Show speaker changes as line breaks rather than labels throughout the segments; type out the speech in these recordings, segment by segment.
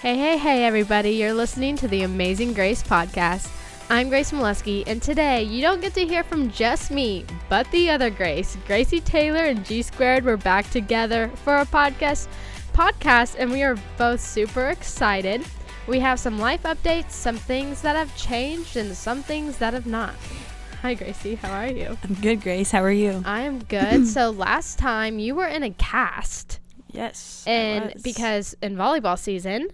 Hey, hey, hey, everybody. You're listening to the Amazing Grace podcast. I'm Grace Molesky, and today you don't get to hear from just me, but the other Grace. Gracie Taylor and G Squared were back together for a podcast, podcast, and we are both super excited. We have some life updates, some things that have changed, and some things that have not. Hi, Gracie. How are you?
I'm good, Grace. How are you?
I am good. so, last time you were in a cast.
Yes. I
And
was.
because in volleyball season,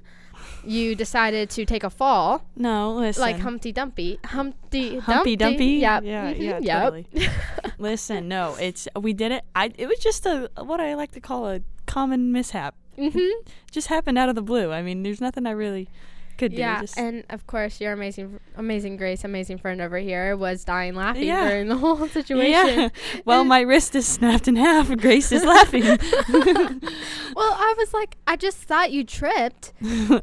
you decided to take a fall
no, listen,
like Humpty Dumpty. Humpty
Humpty Dumpty.
Yep.
Yeah,
mhm,
yeah,
yep.
totally. listen, no, it's we did it. I it was just a what I like to call a common mishap.
Mhm.
Just happened out of the blue. I mean, there's nothing I really could do.
Yeah,
Just,
and of course your amazing, amazing Grace, amazing friend over here was dying laughing
Yeah.
during the whole situation.
yeah. Well, my wrist is snapped in half. Grace is laughing.
Well, I was like, I just thought you tripped,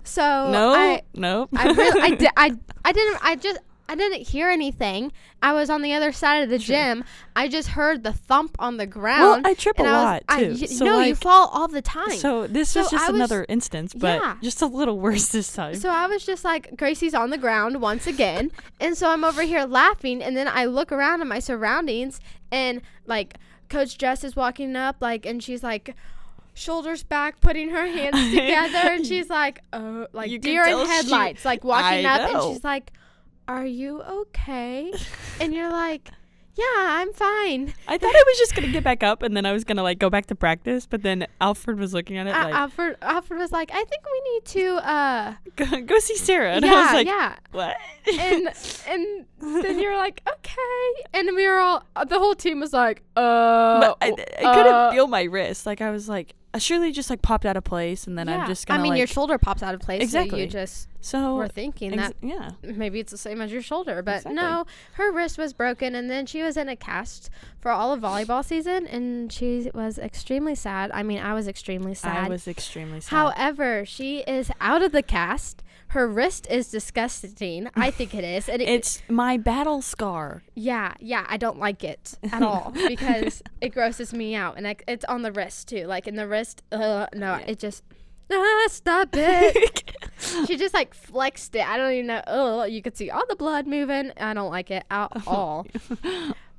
so
no,
I,
no.
I, really, I, di- I, I didn't, I just. I didn't hear anything. I was on the other side of the gym. I just heard the thump on the
well,
ground.
I trip a
and I was-
lot
I-
too.
you-
so
no,
like,
you fall all the time. So,
So this is
So I
just
was-
another instance, but
Yeah.
just a little worse this time.
I was just like, Gracie's on the ground once again, and so I'm over here laughing, and then I look around at my surroundings, and like Coach Jess is walking up, like, and she's like. Shoulders back, putting her hands together, and she's like, "Oh, like
You can
deer in
tell she-
headlights." like walking
I
up,
know.
and she's like, "Are you okay?" and you're like, "Yeah, I'm fine."
I thought I was just gonna get back up and then I was gonna like go back to practice, but then Alfred was looking at it
Al-
like,
Alfred, Alfred was like, "I think we need to, uh,
go, go see Sarah, and
yeah,
I was like,
yeah."
what?
and and then you were like, okay. And we were all the whole team was like, uh,
but I, I couldn't
uh,
feel my wrist. Like I was like, I surely just like popped out of place, and then
yeah.
I'm just gonna.
I mean,
like,
your shoulder pops out of place. So
Exactly.
you just
so
were thinking
ex-
that
yeah,
maybe it's the same as your shoulder, but
Exactly.
no, her wrist was broken, and then she was in a cast for all of volleyball season, and she was extremely sad. I mean, I was extremely sad.
I was extremely sad.
However, she is out of the cast. Her wrist is disgusting. I think it is. And it,
it's my battle scar.
Yeah, yeah, I don't like it at all because it grosses me out, and I, it's on the wrist too. Like in the wrist, uh, no, it just ah, stop it. she just like flexed it. I don't even know. Oh, you could see all the blood moving. I don't like it at all.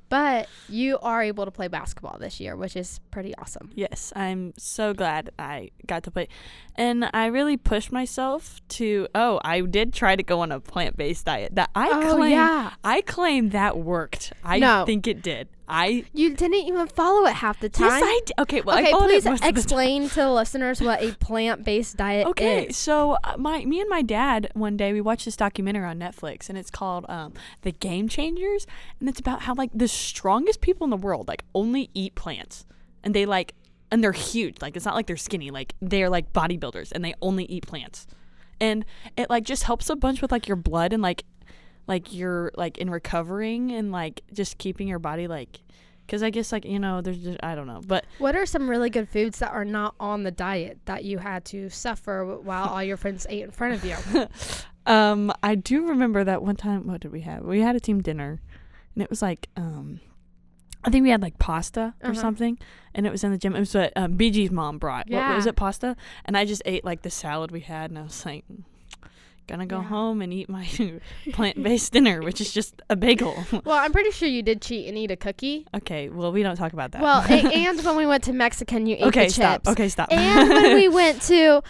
But you are able to play basketball this year, which is pretty awesome.
Yes, I'm so glad I got to play. And I really pushed myself to oh, I did try to go on a plant-based diet. That I
Oh,
claim
yeah.
I claim that worked. I
No.
think it did. I
You didn't even follow it half the time.
Yes, I d- Okay, well, I
okay,
followed it
please
most of the time.
explain to the listeners what a plant-based diet
Okay,
is.
so uh, my me and my dad one day we watched this documentary on Netflix and it's called um, The Game Changers and it's about how like the strongest people in the world like only eat plants and they like and they're huge like it's not like they're skinny like they're like bodybuilders and they only eat plants and it like just helps a bunch with like your blood and like like you're like in recovering and like just keeping your body like because I guess like you know there's just I don't know but
What are some really good foods that are not on the diet that you had to suffer w- while all your friends ate in front of you?
Um, I do remember that one time. What did we have? We had a team dinner, and it was like, um, I think we had like pasta or
Uh-huh.
something, and it was in the gym. It was what um, BG's mom brought. What was
Yeah.
it? Pasta, and I just ate like the salad we had, and I was like. Gonna go
Yeah.
home and eat my plant based dinner, which is just a bagel.
Well, I'm pretty sure you did cheat and eat a cookie.
okay, well, we don't talk about that.
Well, a- and when we went to Mexican, you ate
okay,
the
stop.
chips.
Okay, stop.
And when we went to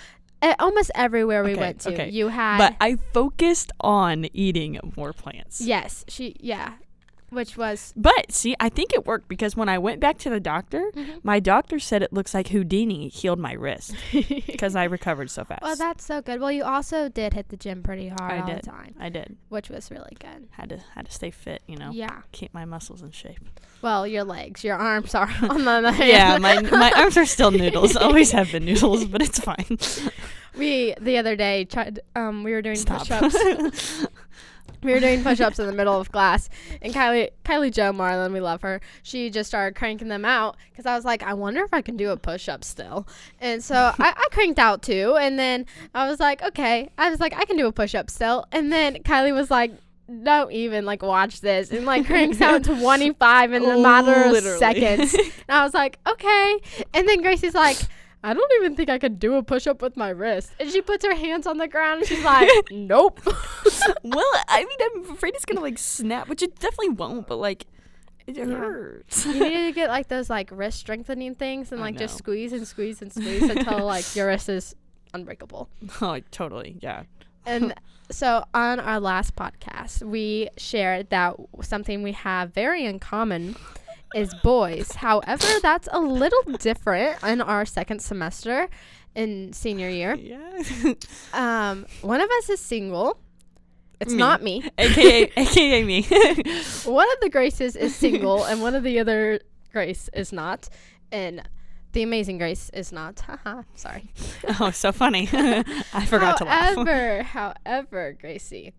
uh, almost everywhere we
Okay,
went to,
okay.
you had
but I focused on eating more plants.
yes, she yeah, which was
But see, I think it worked because when I went back to the doctor,
mm-hmm.
my doctor said it looks like Houdini healed my wrist because I recovered so fast.
well, that's so good. Well, you also did hit the gym pretty hard
I
all
did.
the time,
I did.
which was really good.
Had to had to stay fit, you know.
Yeah.
Keep my muscles in shape.
Well, your legs, your arms are on the other
Yeah,
hand.
my my arms are still noodles. Always have been noodles, but it's fine.
We the other day tried. Um, we were doing
Stop.
push-ups. we were doing push-ups in the middle of class, and Kylie, Kylie Joe Marlin, we love her. She just started cranking them out because I was like, I wonder if I can do a push-up still. And so I, I cranked out two, and then I was like, okay, I was like, I can do a push-up still. And then Kylie was like. Don't even like watch this and like cranks out 25 in a matter of
Literally.
seconds. And I was like, okay. And then Gracie's like, I don't even think I could do a push up with my wrist. And she puts her hands on the ground and she's like, nope.
well, I mean, I'm afraid it's gonna like snap, which it definitely won't. But like, it hurts.
you need to get like those like wrist strengthening things and
I
like just
know.
squeeze and squeeze and squeeze until like your wrist is unbreakable.
oh, totally. Yeah.
And so on our last podcast, we shared that something we have very in common is boys. However, that's a little different in our second semester in senior year.
Yeah.
Um, one of us is single. It's
Me.
not me.
AKA, AKA me.
One of the Graces is single, and one of the other Grace is not. And the amazing Grace is not. Haha, sorry.
oh, so funny. I forgot to laugh.
however, however, Gracie,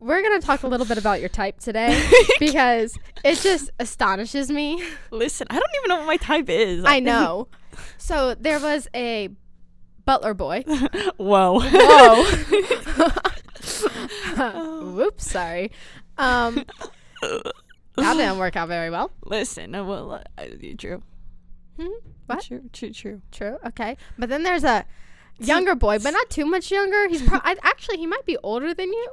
we're gonna talk a little bit about your type today because it just astonishes me.
Listen, I don't even know what my type is.
I know. So there was a butler boy.
Whoa.
Whoa.
Oh.
Whoops, sorry. Um, that didn't work out very well.
Listen, uh, well, uh, true.
Hmm? What?
True, true, true.
True. Okay. But then there's a younger boy, but not too much younger. He's pro- I, actually he might be older than you.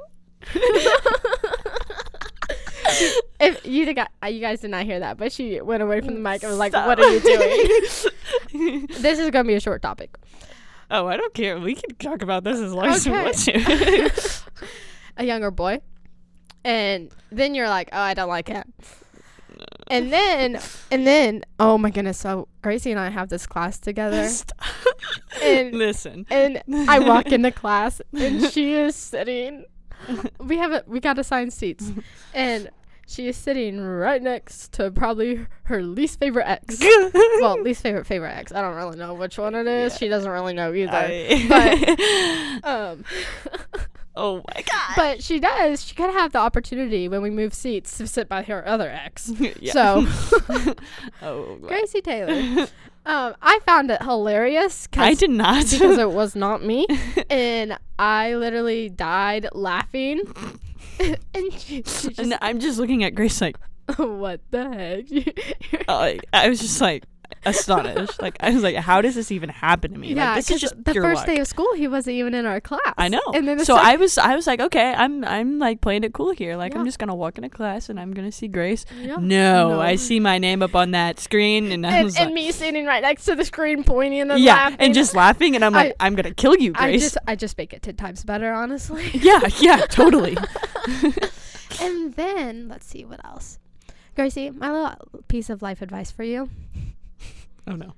if you did got, uh, you guys did not hear that, but she went away from the mic and was like, "What are you doing?"
doing?
this is gonna be a short topic.
oh, I don't care. We can talk about this as long as we
Okay.
want to.
a younger boy, and then you're like, "Oh, I don't like him." And then, and then, oh my goodness! So Gracie and I have this class together.
Stop.
And-
Listen.
and I walk into class and she is sitting. We have a, we got assigned seats, and she is sitting right next to probably her least favorite ex. well, least favorite favorite ex. I don't really know which one it is. She doesn't really know either.
I-
um,
oh my god.
but she does. She could have the opportunity when we move seats to sit by her other ex.
Yeah.
So
oh, wow.
Gracie Taylor, um, I found it hilarious. 'cause
I did not.
because it was not me. and I literally died laughing. and she, she just,
and I'm just looking at Grace like
what the
Oh,
heck?
I I was just like astonished. like I was like, how does this even happen to me?
yeah,
like, this is
'cause
just
the
pure
first
luck.
day of school, he wasn't even in our class.
I know.
And then the
so
sec-
I was I was like, okay, I'm I'm like playing it cool here. Like
Yeah.
I'm just gonna walk into class and I'm gonna see Grace.
Yeah.
No,
No.
I see my name up on that screen, and I
and,
was
and
like,
me sitting right next to the screen, pointing and then
yeah,
laughing.
and just laughing, and I'm like, I, am gonna kill you,
I
Grace.
just I just make it ten times better, honestly.
yeah, yeah, totally.
and then let's see what else. Gracie, my little piece of life advice for you:
oh no.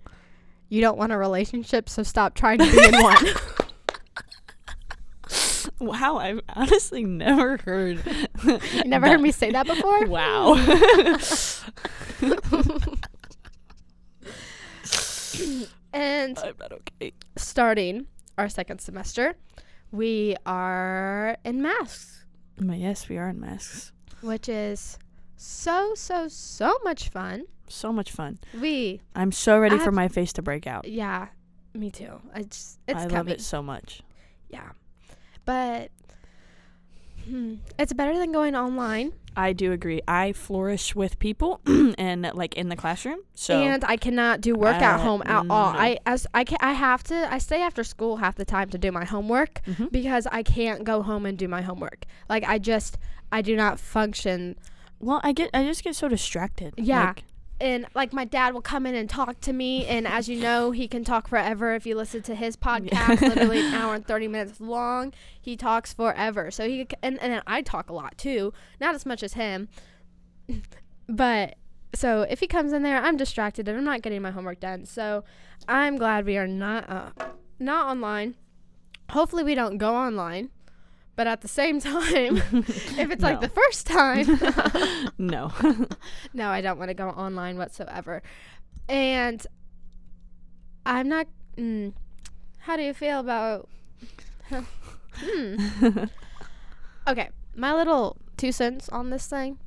you don't want a relationship, so stop trying to be in one.
Wow, I've honestly never heard.
You never heard me say that before?
Wow.
And
I'm not okay.
starting our second semester, we are in masks,
But yes, we are in masks.
which is so, so, so much fun.
So much fun.
We,
I'm so ready for
Ab-
my face to break out.
yeah, me too. I just, it's
I
coming.
love it so much.
Yeah. But hmm, it's better than going online.
I do agree. I flourish with people and like in the classroom. So
and I cannot do work at
Uh,
home at all.
no.
I as I can, I have to I stay after school half the time to do my homework
Mhm.
because I can't go home and do my homework. Like I just I do not function
well, I get I just get so distracted.
Yeah.
Like,
and like my dad will come in and talk to me and as you know he can talk forever if you listen to his podcast literally an hour and 30 minutes long he talks forever so he c- and, and then i talk a lot too not as much as him but so if he comes in there i'm distracted and i'm not getting my homework done so i'm glad we are not uh, not online hopefully we don't go online but at the same time if it's like
No.
the first time
no.
no, I don't want to go online whatsoever. And I'm not. Mm, how do you feel about? Hmm. Okay, my little two cents on this thing.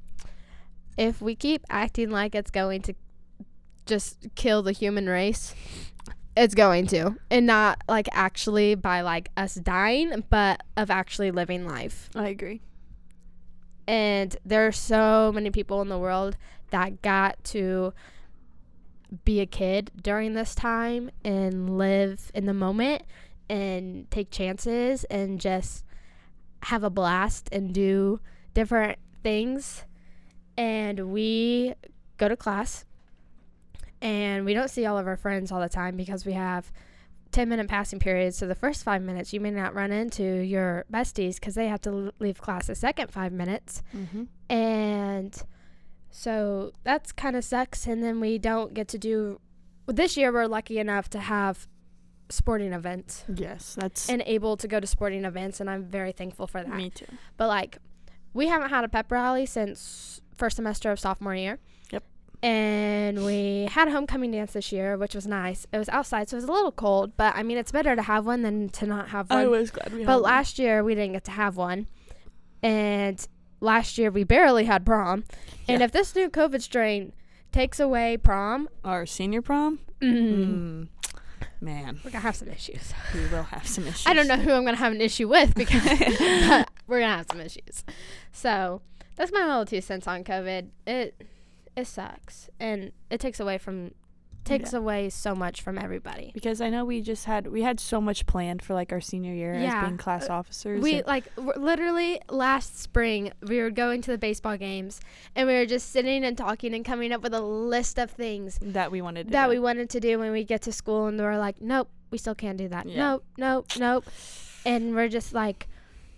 If we keep acting like it's going to just kill the human race, it's going to, and not like actually by like us dying, but of actually living life.
I agree.
And there are so many people in the world that got to be a kid during this time and live in the moment and take chances and just have a blast and do different things. And we go to class and we don't see all of our friends all the time because we have 10 minute passing periods. So the first five minutes, you may not run into your besties because they have to l- leave class the second five minutes.
Mm-hmm.
And so that's kind of sucks. And then we don't get to do. This year, we're lucky enough to have sporting events
Yes, that's
and able to go to sporting events, and I'm very thankful for that.
me too.
But like, we haven't had a pep rally since first semester of sophomore year.
Yep.
And we had a homecoming dance this year, which was nice. It was outside, so it was a little cold, but I mean, it's better to have one than to not have one.
I was glad we. had
But last year we didn't get to have one, and last year we barely had prom. And
Yeah.
if this new COVID strain takes away prom,
our senior prom.
mm,
Mm. Man,
we're gonna have some issues.
we will have some issues.
I don't know who I'm gonna have an issue with because but we're gonna have some issues. So that's my little two cents on COVID. It it sucks and it takes away from takes
Yeah.
away so much from everybody.
because I know we just had we had so much planned for like our senior year
Yeah.
as being class
Uh,
officers.
We
and-
like w- literally last spring we were going to the baseball games and we were just sitting and talking and coming up with a list of things
that we wanted to
that
do.
we wanted to do when we get to school and we're like, nope, we still can't do that.
Yeah.
Nope, nope, nope. And we're just like,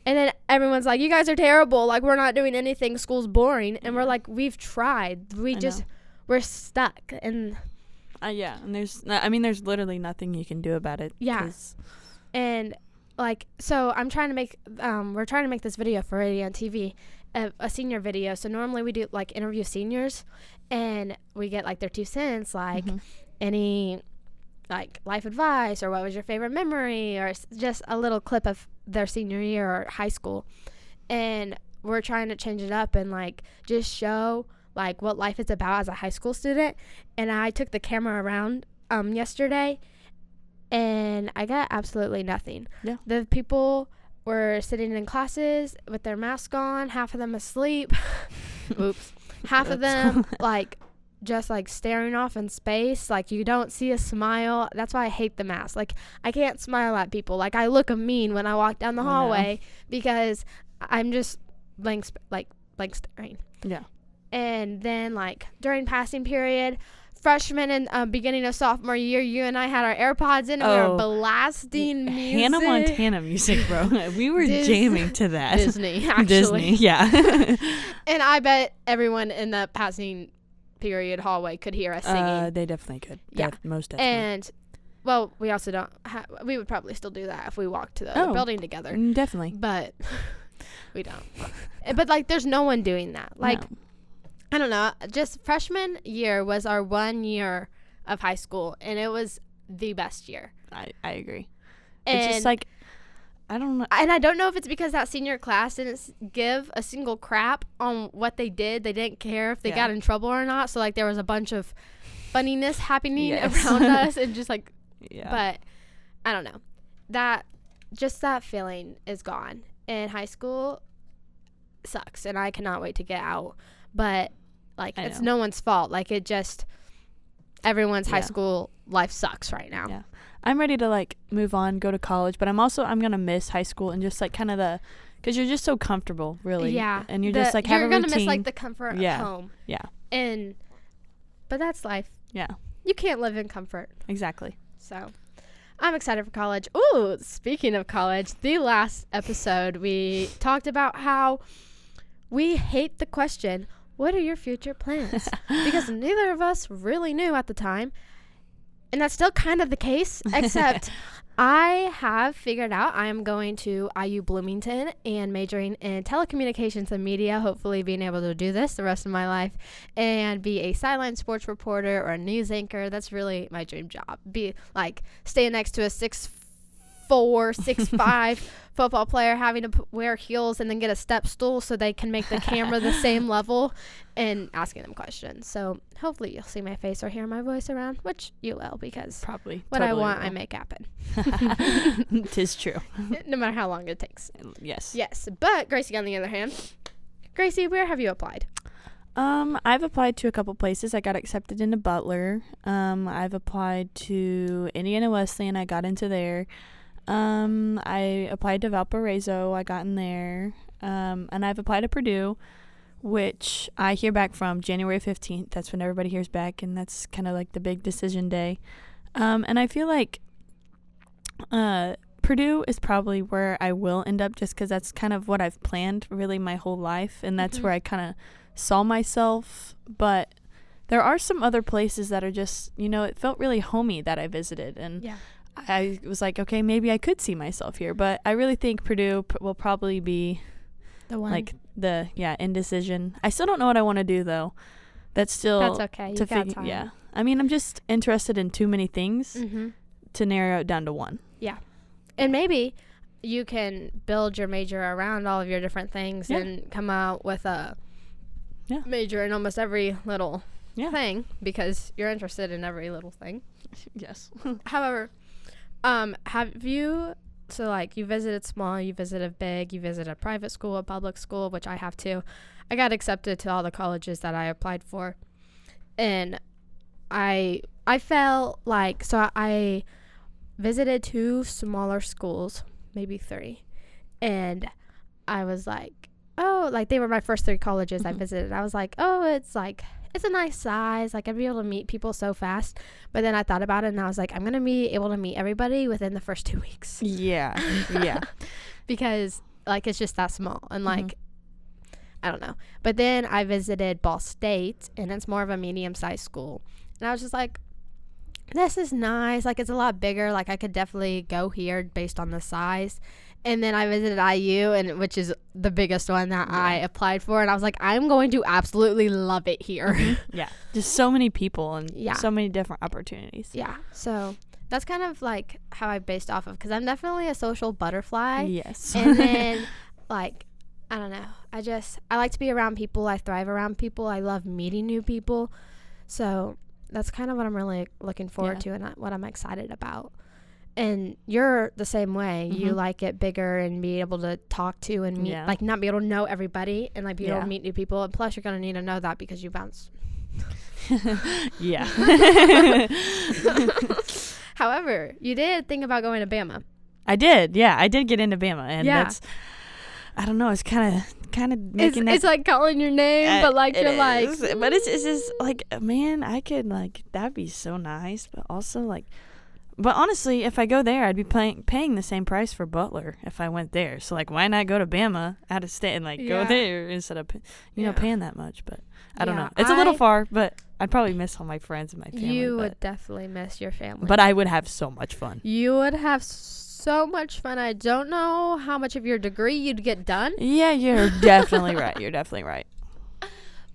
and then everyone's like, you guys are terrible. Like we're not doing anything. School's boring. And we're
Yeah.
like, we've tried. We
Mm-hmm. I
just
know.
we're stuck. And
Uh, yeah, and there's no- I mean there's literally nothing you can do about it.
Yeah.
'cause-
and like so i'm trying to make um we're trying to make this video for radio and tv a, a senior video so normally we do like interview seniors and we get like their two cents like
Mhm.
any like life advice or what was your favorite memory or s- just a little clip of their senior year or high school and we're trying to change it up and like just show like what life is about as a high school student and i took the camera around um yesterday and i got absolutely nothing
Yeah.
the people were sitting in classes with their mask on half of them asleep oops half of
Oops.
them like just like staring off in space like you don't see a smile that's why i hate the mask like i can't smile at people like i look a mean when i walk down the
I know.
hallway because i'm just blank sp- like blank staring
Yeah.
and then like during passing period freshman and uh, beginning of sophomore year you and i had our airpods in and we were
Oh.
blasting music
Hannah Montana music, bro. we were
Dis-
jamming to that.
disney actually
Disney, yeah.
and i bet everyone in the passing period hallway could hear us singing
uh, they definitely could.
Yeah.
Def- most definitely.
And well, we also don't. Ha- we would probably still do that if we walked to the other
Oh.
building together,
Mm, definitely.
but we don't. Eh, but like, there's no one doing that. Like,
No.
I don't know. Just freshman year was our one year of high school, and it was the best year.
I, I agree.
And
it's just like I don't know.
and I don't know if it's because that senior class didn't s- give a single crap on what they did. They didn't care if they
Yeah.
got in trouble or not. So like, there was a bunch of funniness happening
Yes.
around us, and just like
Yeah.
but I don't know. That just that feeling is gone. And high school sucks, and I cannot wait to get out. But like,
I
it's
know.
no one's fault. Like, it just everyone's high
Yeah.
school life sucks right now.
Yeah. I'm ready to like move on, go to college, but I'm also I'm gonna miss high school and just like kind of the because you're just so comfortable, really.
Yeah,
And you're
the-
just like
you're
have a
gonna
routine.
miss like the comfort
Yeah.
of home.
Yeah.
and but that's life.
yeah.
You can't live in comfort.
Exactly.
So I'm excited for college. Ooh, speaking of college, the last episode we talked about how we hate the question, what are your future plans? because neither of us really knew at the time. And that's still kind of the case, except I have figured out I am going to IU Bloomington and majoring in telecommunications and media, hopefully being able to do this the rest of my life and be a sideline sports reporter or a news anchor. That's really my dream job. Be like staying next to a six four, six five football player having to p- wear heels and then get a step stool so they can make the camera the same level and asking them questions. So hopefully you'll see my face or hear my voice around, which you will because
Probably.
what I
Totally
want I
will.
make happen,
Tis true.
no matter how long it takes.
Yes.
Yes, but Gracie, on the other hand, Gracie, where have you applied?
Um, I've applied to a couple places. I got accepted into Butler. Um, I've applied to Indiana Wesleyan. I got into there. Um, I applied to Valparaiso. I got in there. Um, and I've applied to Purdue, which I hear back from January 15th. That's when everybody hears back, and that's kind of like the big decision day. Um, and I feel like uh, Purdue is probably where I will end up just because that's kind of what I've planned really my whole life. And that's
Mhm.
where I kind of saw myself. But there are some other places that are just, you know, it felt really homey that I visited. And
Yeah.
I was like, okay, maybe I could see myself here. But I really think Purdue p- will probably be
The one.
like the, yeah, indecision. I still don't know what I want to do though. That's still
that's okay. You
to
got
figure.
time.
Yeah. I mean, I'm just interested in too many things
hmm
to narrow it down to one.
And maybe you can build your major around all of your different things
Yeah.
and come out with a
Yeah.
major in almost every little
Yeah.
thing because you're interested in every little thing.
Yes.
However, um, have you so like you visited small, you visited big, you visited a private school, a public school, which I have too. I got accepted to all the colleges that I applied for, and I I felt like so I visited two smaller schools, maybe three, and I was like, oh, like they were my first three colleges I
Mhm.
visited. I was like, oh, it's like it's a nice size, like I'd be able to meet people so fast. But then I thought about it and I was like, I'm going to be able to meet everybody within the first two weeks
Yeah. Yeah.
because, like, it's just that small. And, like, I don't know. But then I visited Ball State and it's more of a medium sized school. And I was just like, this is nice. Like, it's a lot bigger. Like, I could definitely go here based on the size. And then I visited IU, and which is the biggest one that I applied for. And I was like, I'm going to absolutely love it here.
yeah. Just so many people and
Yeah.
so many different opportunities.
Yeah. So that's kind of like how I based off of because I'm definitely a social butterfly.
yes.
and then, like, I don't know. I just, I like to be around people. I thrive around people. I love meeting new people. So that's kind of what I'm really looking forward
Yeah.
to and uh, what I'm excited about. And you're the same way. You
Mhm.
like it bigger and be able to talk to and meet,
Yeah.
like, not be able to know everybody and, like, be able
Yeah.
to meet new people. And plus, you're going to need to know that because you bounce
yeah.
However, you did think about going to Bama.
I did. Yeah. I did get into Bama. And
Yeah.
that's, I don't know. It's kind of, kind of
It's,
making that.
it's like calling your name,
Uh,
but like
it
you're like,
is. But it's, it's just like, man, I could, like, that'd be so nice. But also, like, but honestly, if I go there, I'd be paying paying the same price for Butler if I went there. So like, why not go to Bama out of state and like
Yeah.
go there instead of, you
Yeah.
know, paying that much? But I don't
Yeah,
know. It's a little
I-
far, but I'd probably miss all my friends and my family.
you
but,
would definitely miss your family.
but I would have so much fun.
you would have so much fun. I don't know how much of your degree you'd get done,
Yeah, you're definitely right. You're definitely right.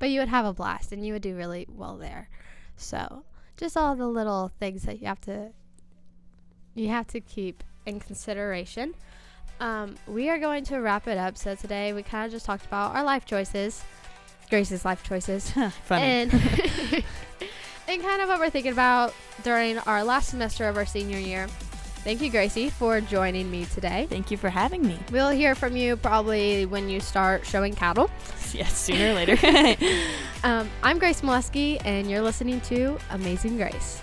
but you would have a blast and you would do really well there. So, just all the little things that you have to you have to keep in consideration. Um, we are going to wrap it up. So today we kind of just talked about our life choices, Grace's life choices.
Funny.
And, and kind of what we're thinking about during our last semester of our senior year. Thank you, Gracie, for joining me today.
Thank you for having me.
We'll hear from you probably when you start showing cattle.
Yes, sooner or later.
Um, I'm Grace Molesky, and you're listening to Amazing Grace.